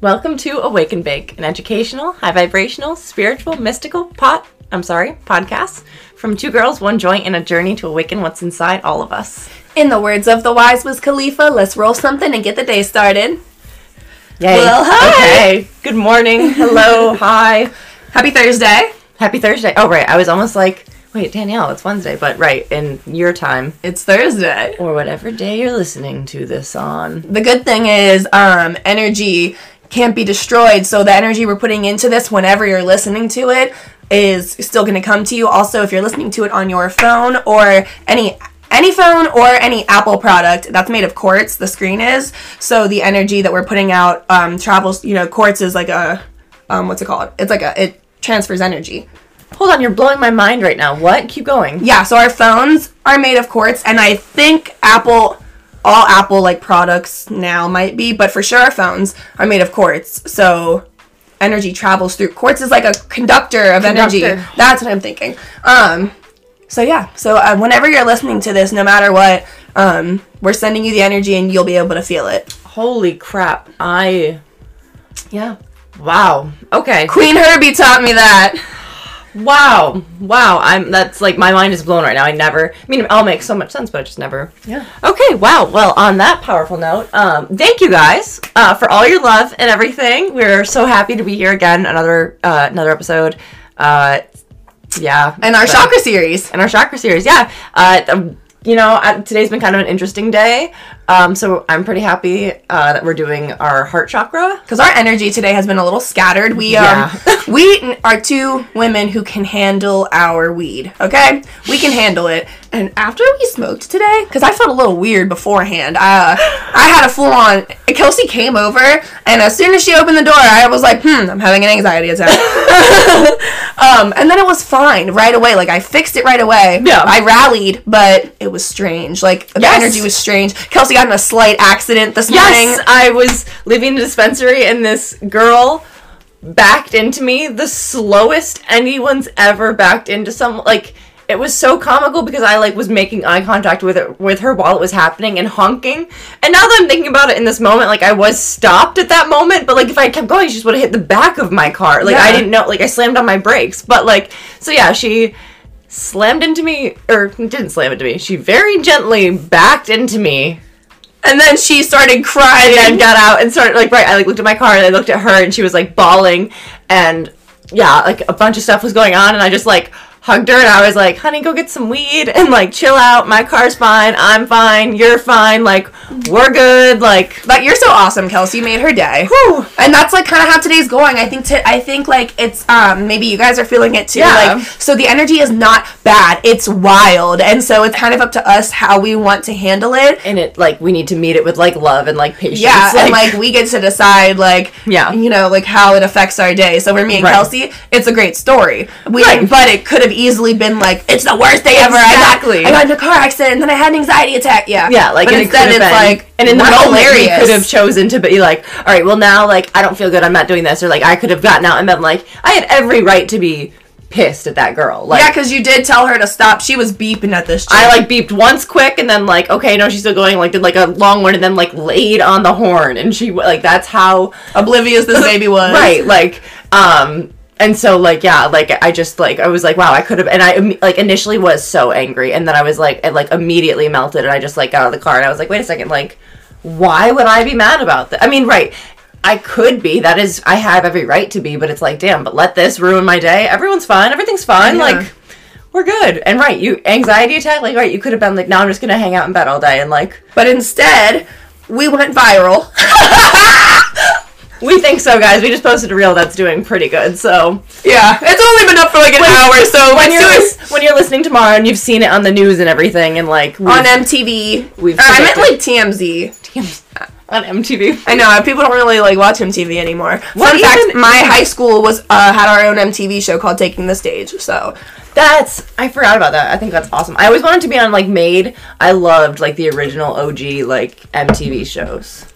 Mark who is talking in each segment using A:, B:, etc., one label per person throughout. A: Welcome to Awaken Bake, an educational, high vibrational, spiritual, mystical pot. I'm sorry, podcast from two girls, one joint, and a journey to awaken what's inside all of us.
B: In the words of the wise was Khalifa, let's roll something and get the day started.
A: Yay.
B: Well, hi.
A: Okay. Good morning. Hello. hi.
B: Happy Thursday.
A: Happy Thursday. Oh, right. I was almost like, wait, Danielle, it's Wednesday, but right, in your time
B: It's Thursday.
A: or whatever day you're listening to this on.
B: The good thing is, um, energy can't be destroyed. So the energy we're putting into this, whenever you're listening to it, is still going to come to you. Also, if you're listening to it on your phone or any any phone or any Apple product that's made of quartz, the screen is. So the energy that we're putting out um, travels. You know, quartz is like a um, what's it called? It's like a it transfers energy.
A: Hold on, you're blowing my mind right now. What? Keep going.
B: yeah so our phones are made of quartz and i think apple all apple like products now might be but for sure our phones are made of quartz so energy travels through quartz is like a conductor of energy
A: Conductor.
B: that's what i'm thinking um so yeah so uh, whenever you're listening to this no matter what um we're sending you the energy and you'll be able to feel it
A: Holy crap. I.
B: yeah
A: Wow. Okay.
B: queen herbie taught me that
A: Wow. Wow. I'm that's like my mind is blown right now. I never I mean it all makes so much sense, but I just never
B: yeah
A: Okay, wow. Well, on that powerful note, um, thank you guys uh, for all your love and everything. We're so happy to be here again, another uh, another episode. Uh, yeah,
B: and our
A: But-
B: chakra series
A: and our chakra series. Yeah, uh, um, you know, uh, today's been kind of an interesting day, um, so I'm pretty happy uh, that we're doing our heart chakra.
B: because our energy today has been a little scattered. We um,
A: Yeah.
B: we n- are two women who can handle our weed. Okay, we can handle it. And after we smoked today, because I felt a little weird beforehand. Uh, I had a full on. Kelsey came over, and as soon as she opened the door, I was like, "Hmm, I'm having an anxiety attack." um, and then it was fine right away. Like I fixed it right away.
A: Yeah.
B: I rallied, but it was strange. Like the
A: Yes.
B: energy was strange. Kelsey got in a slight accident this morning.
A: Yes, I was leaving the dispensary and this girl backed into me the slowest anyone's ever backed into someone. Like it was so comical because I like was making eye contact with her, with her while it was happening and honking. And now that I'm thinking about it in this moment, like I was stopped at that moment, but like if I kept going, she just would have hit the back of my car. Like I
B: Yeah.
A: didn't know. Like I slammed on my brakes, but like so yeah, she slammed into me or didn't slam into me. She very gently backed into me
B: And then she started crying.
A: and then got out and started like right. I like looked at my car and I looked at her and she was like bawling, and yeah, like a bunch of stuff was going on, and I just like hugged her and I was like, "Honey, go get some weed and like chill out. My car's fine. I'm fine. You're fine. Like we're good. Like
B: but you're so awesome, Kelsey. You made her day.
A: whew.
B: And that's like kind of how today's going. I think to I think like it's um maybe you guys are feeling it too.
A: Yeah.
B: Like so the energy is not bad. It's wild. And so it's kind of up to us how we want to handle it.
A: And it like we need to meet it with like love and like patience.
B: Yeah, and like we get to decide like
A: Yeah.
B: you know, like how it affects our day. So for me and
A: Right.
B: Kelsey, it's a great story. We
A: Right.
B: but it could have easily been like, It's the worst day ever. I got-
A: Exactly.
B: I got in a car accident and then I had an anxiety attack. Yeah.
A: Yeah, like
B: but
A: and it
B: instead
A: could've
B: it's
A: been-
B: like
A: and in the
B: we're
A: moment you
B: hilarious.
A: could have chosen to be like, all right, well now like I don't feel good, I'm not doing this, or like I could have gotten out and been like, I had every right to be pissed at that girl. Like
B: Yeah, because you did tell her to stop. She was beeping at this. Chick.
A: I like beeped once quick and then like okay no she's still going like did like a long one and then like laid on the horn and she like that's how
B: oblivious this baby was.
A: right like um and so like yeah like I just like I was like wow I could have and I imme- like initially was so angry and then I was like it like immediately melted and I just like got out of the car and I was like wait a second like why would I be mad about that I mean right I could be that is I have every right to be but it's like damn but let this ruin my day everyone's fine everything's fine
B: Yeah.
A: like we're good. And right, you anxiety attack, like right, you could have been like, no, I'm just gonna hang out in bed all day and like
B: But instead, we went viral.
A: we think so, guys. We just posted a reel that's doing pretty good. So
B: Yeah, it's only been up for like an hour,
A: when
B: so when
A: you're
B: you're
A: lis- when you're listening tomorrow and you've seen it on the news and everything and like we've-
B: on MTV,
A: We've
B: Uh, I meant
A: predicted-
B: like TMZ.
A: on MTV.
B: I know people don't really like watch MTV anymore.
A: What
B: Fun fact:
A: even-
B: my high school was uh, had our own MTV show called Taking the Stage. So
A: That's I forgot about that. I think that's awesome. I always wanted to be on like Made. I loved like the original OG like MTV shows.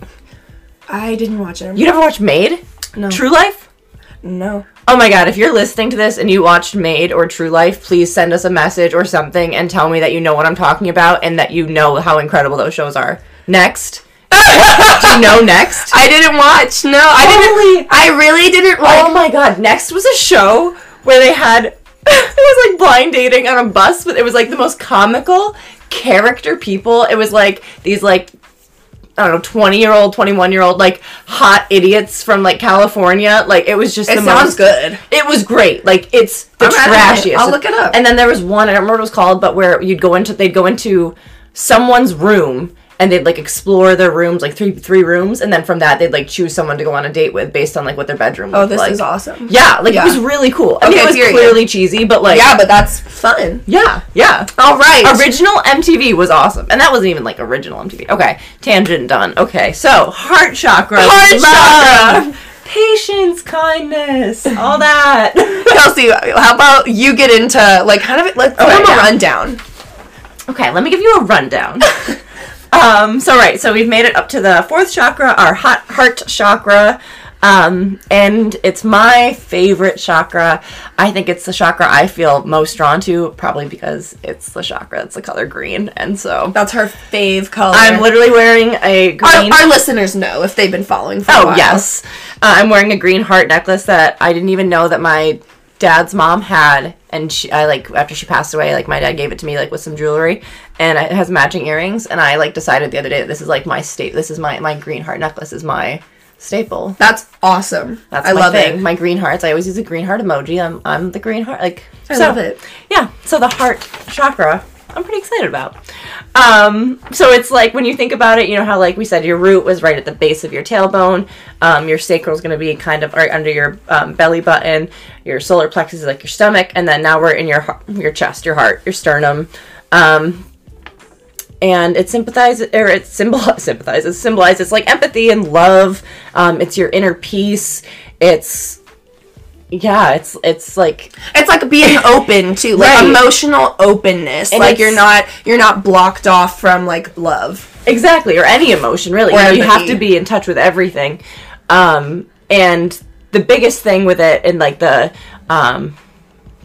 B: I didn't watch it.
A: You never watched Made?
B: No.
A: True Life?
B: No.
A: Oh my god, if you're listening to this and you watched Made or True Life, please send us a message or something and tell me that you know what I'm talking about and that you know how incredible those shows are. Next. you know next?
B: I didn't watch. No, I
A: Holy-
B: didn't. I really didn't like.
A: oh my god, next was a show where they had it was like blind dating on a bus, but it was like the most comical character people. It was like these like I don't know, 20 year old, 21 year old, like hot idiots from like California. Like it was just
B: it
A: the
B: sounds
A: most
B: good.
A: It was great. Like it's the
B: I'm at it.
A: trashiest.
B: I'll look it up.
A: And then there was one I don't remember what it was called, but where you'd go into they'd go into someone's room and they'd like explore their rooms, like three three rooms, and then from that they'd like choose someone to go on a date with based on like what their bedroom.
B: Oh,
A: looked
B: this
A: like.
B: is awesome.
A: Yeah, like
B: Yeah.
A: it was really cool. I mean,
B: Okay,
A: it was
B: period.
A: clearly cheesy, but like
B: Yeah, Oh, but that's fun.
A: yeah, yeah.
B: All right.
A: Original MTV was awesome, and that wasn't even like original MTV. Okay, tangent done. Okay, so heart chakra,
B: Heart
A: love, patience, kindness, all that.
B: Kelsey, how about you get into like kind of like give
A: Okay,
B: them a
A: yeah.
B: rundown.
A: Okay, let me give you a rundown. um, so right, so we've made it up to the fourth chakra, our hot heart chakra. Um, and it's my favorite chakra. I think it's the chakra I feel most drawn to, probably because it's the chakra, it's the color green, and so
B: That's her fave color.
A: I'm literally wearing a green.
B: Our, our listeners know if they've been following for a
A: oh
B: while.
A: yes, uh, I'm wearing a green heart necklace that I didn't even know that my dad's mom had, and she, I like after she passed away, like my dad gave it to me like with some jewelry, and it has matching earrings, and I like decided the other day that this is like my state. This is my my green heart necklace is my staple.
B: That's awesome.
A: That's
B: I
A: my
B: love
A: thing.
B: it.
A: My green hearts. I always use a green heart emoji. I'm I'm the green heart. Like
B: I
A: so-
B: love it.
A: yeah so the heart chakra i'm pretty excited about um, so it's like when you think about it you know how like we said your root was right at the base of your tailbone um, your sacral is going to be kind of right under your um, belly button your solar plexus is like your stomach and then now we're in your heart, your chest your heart your sternum um, and it sympathizes or it symbol sympathizes symbolizes like empathy and love um, it's your inner peace it's yeah it's it's like
B: It's like being open to like
A: Right.
B: emotional openness.
A: And
B: like you're
A: it's-
B: not you're not blocked off from like love.
A: exactly or any emotion really you, know, you have
B: empathy.
A: to be in touch with everything um and the biggest thing with it and like the um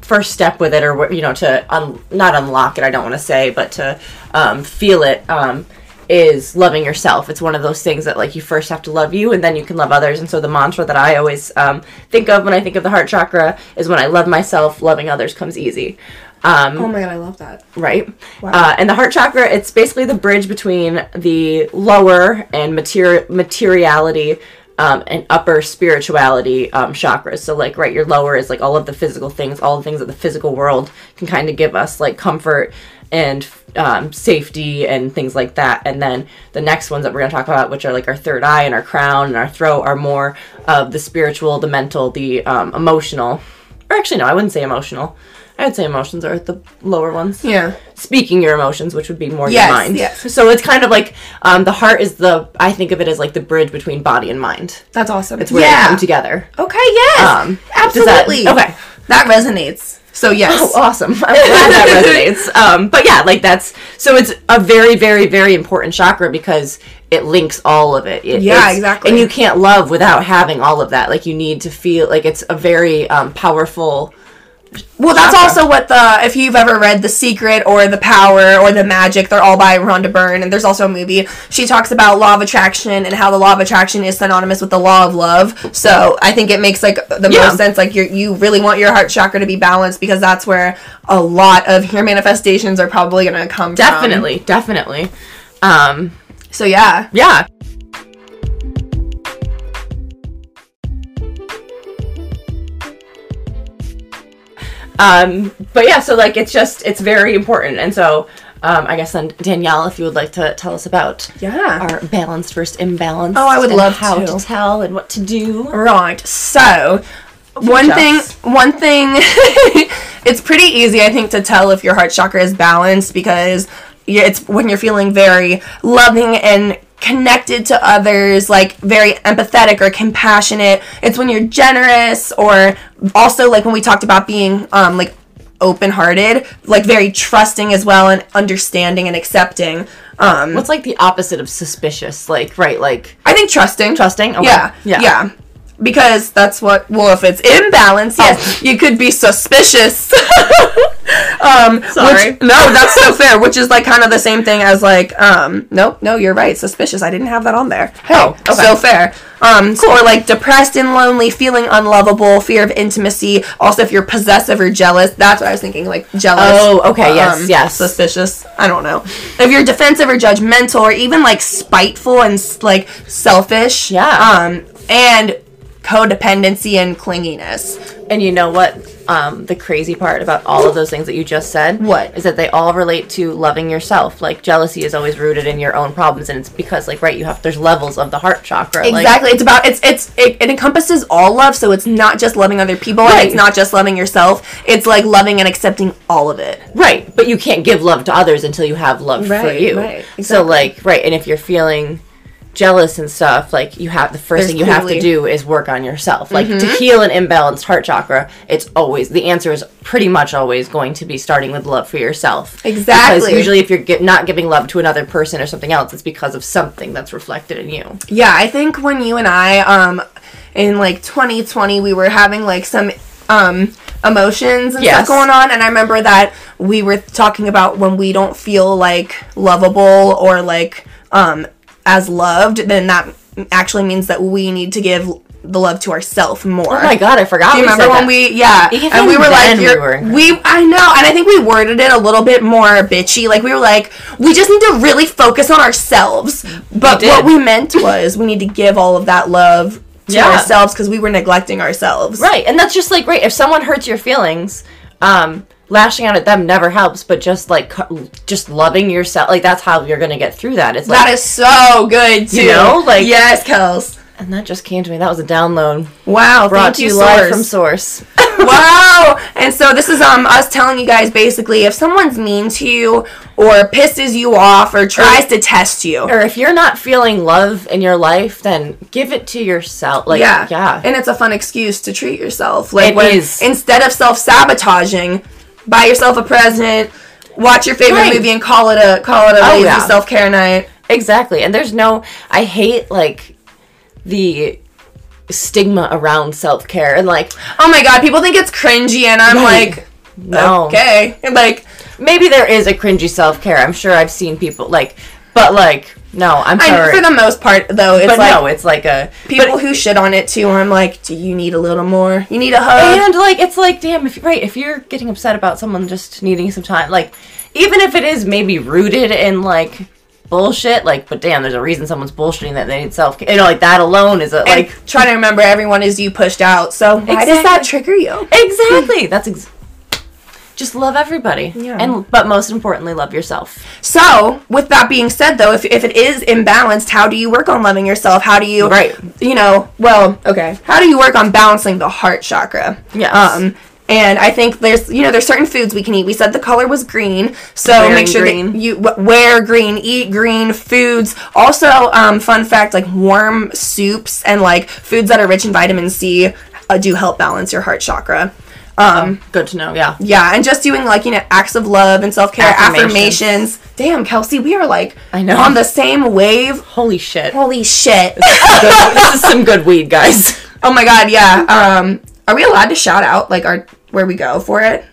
A: first step with it or what- you know to un- not unlock it i don't want to say but to um feel it um is loving yourself it's one of those things that like you first have to love you and then you can love others and so the mantra that i always um, think of when i think of the heart chakra is when i love myself loving others comes easy um,
B: Oh my god, I love that.
A: right? Uh, and the heart chakra, it's basically the bridge between the lower and materi- materiality um, and upper spirituality um, chakras. So, like, right, your lower is like all of the physical things, all the things that the physical world can kind of give us, like comfort and um, safety and things like that. And then the next ones that we're going to talk about, which are like our third eye and our crown and our throat, are more of the spiritual, the mental, the um, emotional. Or actually, no, I wouldn't say emotional. I would say emotions are the lower ones
B: Yeah.
A: speaking your emotions, which would be more
B: Yes,
A: your mind.
B: yes.
A: So it's kind of like um, the heart is the I think of it as like the bridge between body and mind.
B: That's awesome.
A: It's where they come together.
B: Okay, yes.
A: Um, does that-
B: Absolutely.
A: okay.
B: That resonates. So yes.
A: Oh, awesome! I'm glad that resonates. Um, but yeah, like that's so it's a very, very, very important chakra because it links all of it. It-
B: Yeah,
A: it's-
B: exactly.
A: And you can't love without having all of that. Like you need to feel like it's a very um, powerful.
B: Well, that's
A: Chakra.
B: also what the if you've ever read The Secret or The Power or The Magic, they're all by Rhonda Byrne, and there's also a movie. She talks about law of attraction and how the law of attraction is synonymous with the law of love. So I think it makes like the
A: Yeah.
B: most sense. Like you, you really want your heart chakra to be balanced because that's where a lot of your manifestations are probably gonna come.
A: Definitely, definitely. Um,
B: From. So yeah.
A: yeah. Um, but yeah, so like it's just it's very important, and so um, I guess then Danielle, if you would like to tell us about
B: Yeah.
A: our balanced versus imbalanced.
B: Oh, I would
A: and
B: love
A: how
B: to. Mm-hmm.
A: to. tell and what to do.
B: Right. So, one thing,
A: Jess.
B: one thing, it's pretty easy, I think, to tell if your heart chakra is balanced because you- it's when you're feeling very loving and connected to others, like very empathetic or compassionate. It's when you're generous or also like when we talked about being um, like open-hearted, like very trusting as well and understanding and accepting. Um,
A: What's like the opposite of suspicious? Like right, like
B: I think trusting.
A: trusting. Okay.
B: Yeah,
A: yeah,
B: yeah. because that's what well if it's imbalance yes you could be suspicious um
A: Sorry.
B: which- no that's so fair which is like kind of the same thing as like um nope no you're right suspicious i didn't have that on there
A: Oh, okay.
B: so fair um so or like depressed and lonely feeling unlovable fear of intimacy also if you're possessive or jealous that's what i was thinking like jealous um,
A: Oh, okay, yes, yes.
B: suspicious i don't know if you're defensive or judgmental or even like spiteful and s- like selfish
A: Yeah.
B: um, and codependency and clinginess.
A: And you know what? Um, the crazy part about all of those things that you just said,
B: What?
A: is that they all relate to loving yourself. Like jealousy is always rooted in your own problems, and it's because, like, right, you have there's levels of the heart chakra. like-
B: Exactly. it's about it's it's it, it encompasses all love, so it's not just loving other people and
A: Right.
B: it's not just loving yourself. It's like loving and accepting all of it.
A: Right, but you can't give love to others until you have love for
B: Right,
A: you.
B: right,
A: So
B: exactly.
A: like, right, and if you're feeling jealous and stuff, like you have the first
B: There's
A: thing you have to
B: clearly- Mm-hmm.
A: do is work on yourself. Like to heal an imbalanced heart chakra, it's always the answer is pretty much always going to be starting with love for yourself. Because
B: Exactly.
A: usually if you're gi- not giving love to another person or something else, it's because of something that's reflected in you.
B: Yeah, I think when you and I um in like 2020 we were having like some um emotions and
A: Yes.
B: stuff going on and I remember that we were talking about when we don't feel like lovable or like um as loved then that actually means that we need to give the love to ourselves more.
A: Oh my god, I forgot.
B: Do you
A: we
B: remember
A: said
B: when
A: that.
B: we yeah
A: Even
B: and we were
A: then
B: like
A: we
B: you're-
A: were in
B: we I know and I think we worded it a little bit more bitchy like we were like we just need to really focus on ourselves but
A: did.
B: what we meant was we need to give all of that love to
A: Yeah.
B: ourselves because we were neglecting ourselves
A: Right, and that's just like right. If someone hurts your feelings, um, lashing out at them never helps. But just like cu- just loving yourself, like that's how you're gonna get through that. It's like,
B: that is so good too
A: You know, like-
B: yes Kels
A: and that just came to me. That was a download
B: wow
A: brought
B: thank
A: to you
B: you
A: live
B: Source.
A: from Source.
B: wow and so this is um us telling you guys basically if someone's mean to you or pisses you off or tries to test you
A: or if you're not feeling love in your life, then give it to yourself. Like
B: yeah,
A: yeah, yeah.
B: And it's a fun excuse to treat yourself. Like
A: It
B: when-
A: is.
B: instead of self sabotaging, buy yourself a present, watch your favorite
A: Right. Oh,
B: movie, and call it a call it a lazy
A: yeah.
B: self care night.
A: Exactly. And there's no I hate like the stigma around self care and like
B: Oh my god, people think it's cringy, and I'm
A: Right.
B: like,
A: no.
B: okay, And, like
A: maybe there is a cringy self care. I'm sure I've seen people like, but like, no, I'm
B: I,
A: sorry.
B: for the most part though, it's
A: but
B: like
A: no, it's like a
B: people who shit on it too. I'm like, do you need a little more? You need a hug.
A: and like it's like damn if right if you're getting upset about someone just needing some time like even if it is maybe rooted in like bullshit like but damn there's a reason someone's bullshitting that they need self care you know like that alone is a
B: And
A: like
B: try to remember everyone is you pushed out. So why does that
A: Exactly.
B: trigger you?
A: exactly that's ex- just love everybody
B: Yeah.
A: and but most importantly love yourself
B: So, with that being said, though, if, if it is imbalanced, how do you work on loving yourself? How do you,
A: Right.
B: You know, well, okay. How do you work on balancing the heart chakra?
A: Yes.
B: Um, and I think there's, you know, there's certain foods we can eat. We said the color was green, so
A: Wearing
B: make sure
A: green.
B: that you w- wear green, eat green foods. Also, um, fun fact, like warm soups and like foods that are rich in vitamin C uh, do help balance your heart chakra. Um,
A: good to know yeah
B: yeah, and just doing like you know acts of love and self care
A: Affirmations.
B: affirmations. Damn, Kelsey, we are like
A: I know.
B: on the same wave.
A: holy shit
B: Holy shit!
A: this is some good weed guys
B: oh my god, yeah. Um, are we allowed to shout out like our where we go for it?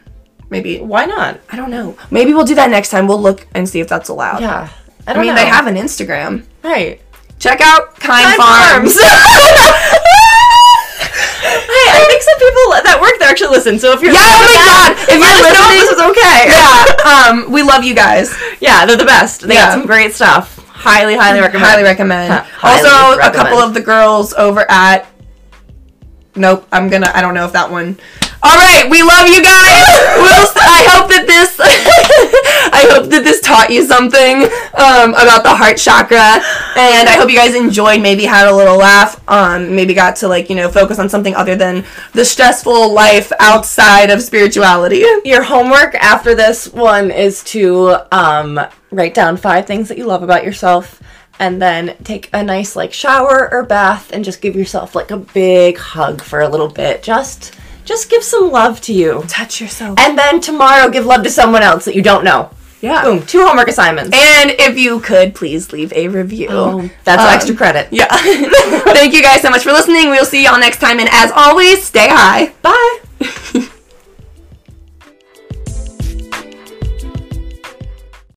B: Maybe
A: why not
B: I don't know. Maybe we'll do that next time. We'll look and see if that's allowed.
A: Yeah. I
B: I
A: don't
B: mean
A: know.
B: they have an Instagram.
A: Right.
B: Check out Kind,
A: Kind
B: Farms.
A: Farms. Hey, I think some people that work there actually listen. So if you're
B: yeah, oh my god! If
A: let
B: you're
A: us know if
B: listening,
A: this is okay.
B: yeah. Um, we love you guys.
A: yeah, they're the best. They
B: Yeah.
A: got some great stuff. Highly, highly recommend.
B: Highly recommend.
A: Ha- highly
B: also,
A: recommend.
B: a couple of the girls over at. Nope, I'm gonna. I don't know if that one. All right, we love you guys. we'll, s- I hope that this. I hope that this taught you something um, about the heart chakra, and I hope you guys enjoyed. Maybe had a little laugh. Um, maybe got to like you know focus on something other than the stressful life outside of spirituality.
A: Your homework after this one is to um, write down five things that you love about yourself, and then take a nice like shower or bath, and just give yourself like a big hug for a little bit. Just, just give some love to you.
B: Touch yourself.
A: And then tomorrow, give love to someone else that you don't know.
B: Yeah.
A: Boom, two homework assignments.
B: And if you could please leave a review.
A: Oh, That's
B: Um,
A: extra credit.
B: Yeah. Thank you guys so much for listening. We'll see y'all next time. And as always, stay high.
A: Bye.
B: Bye.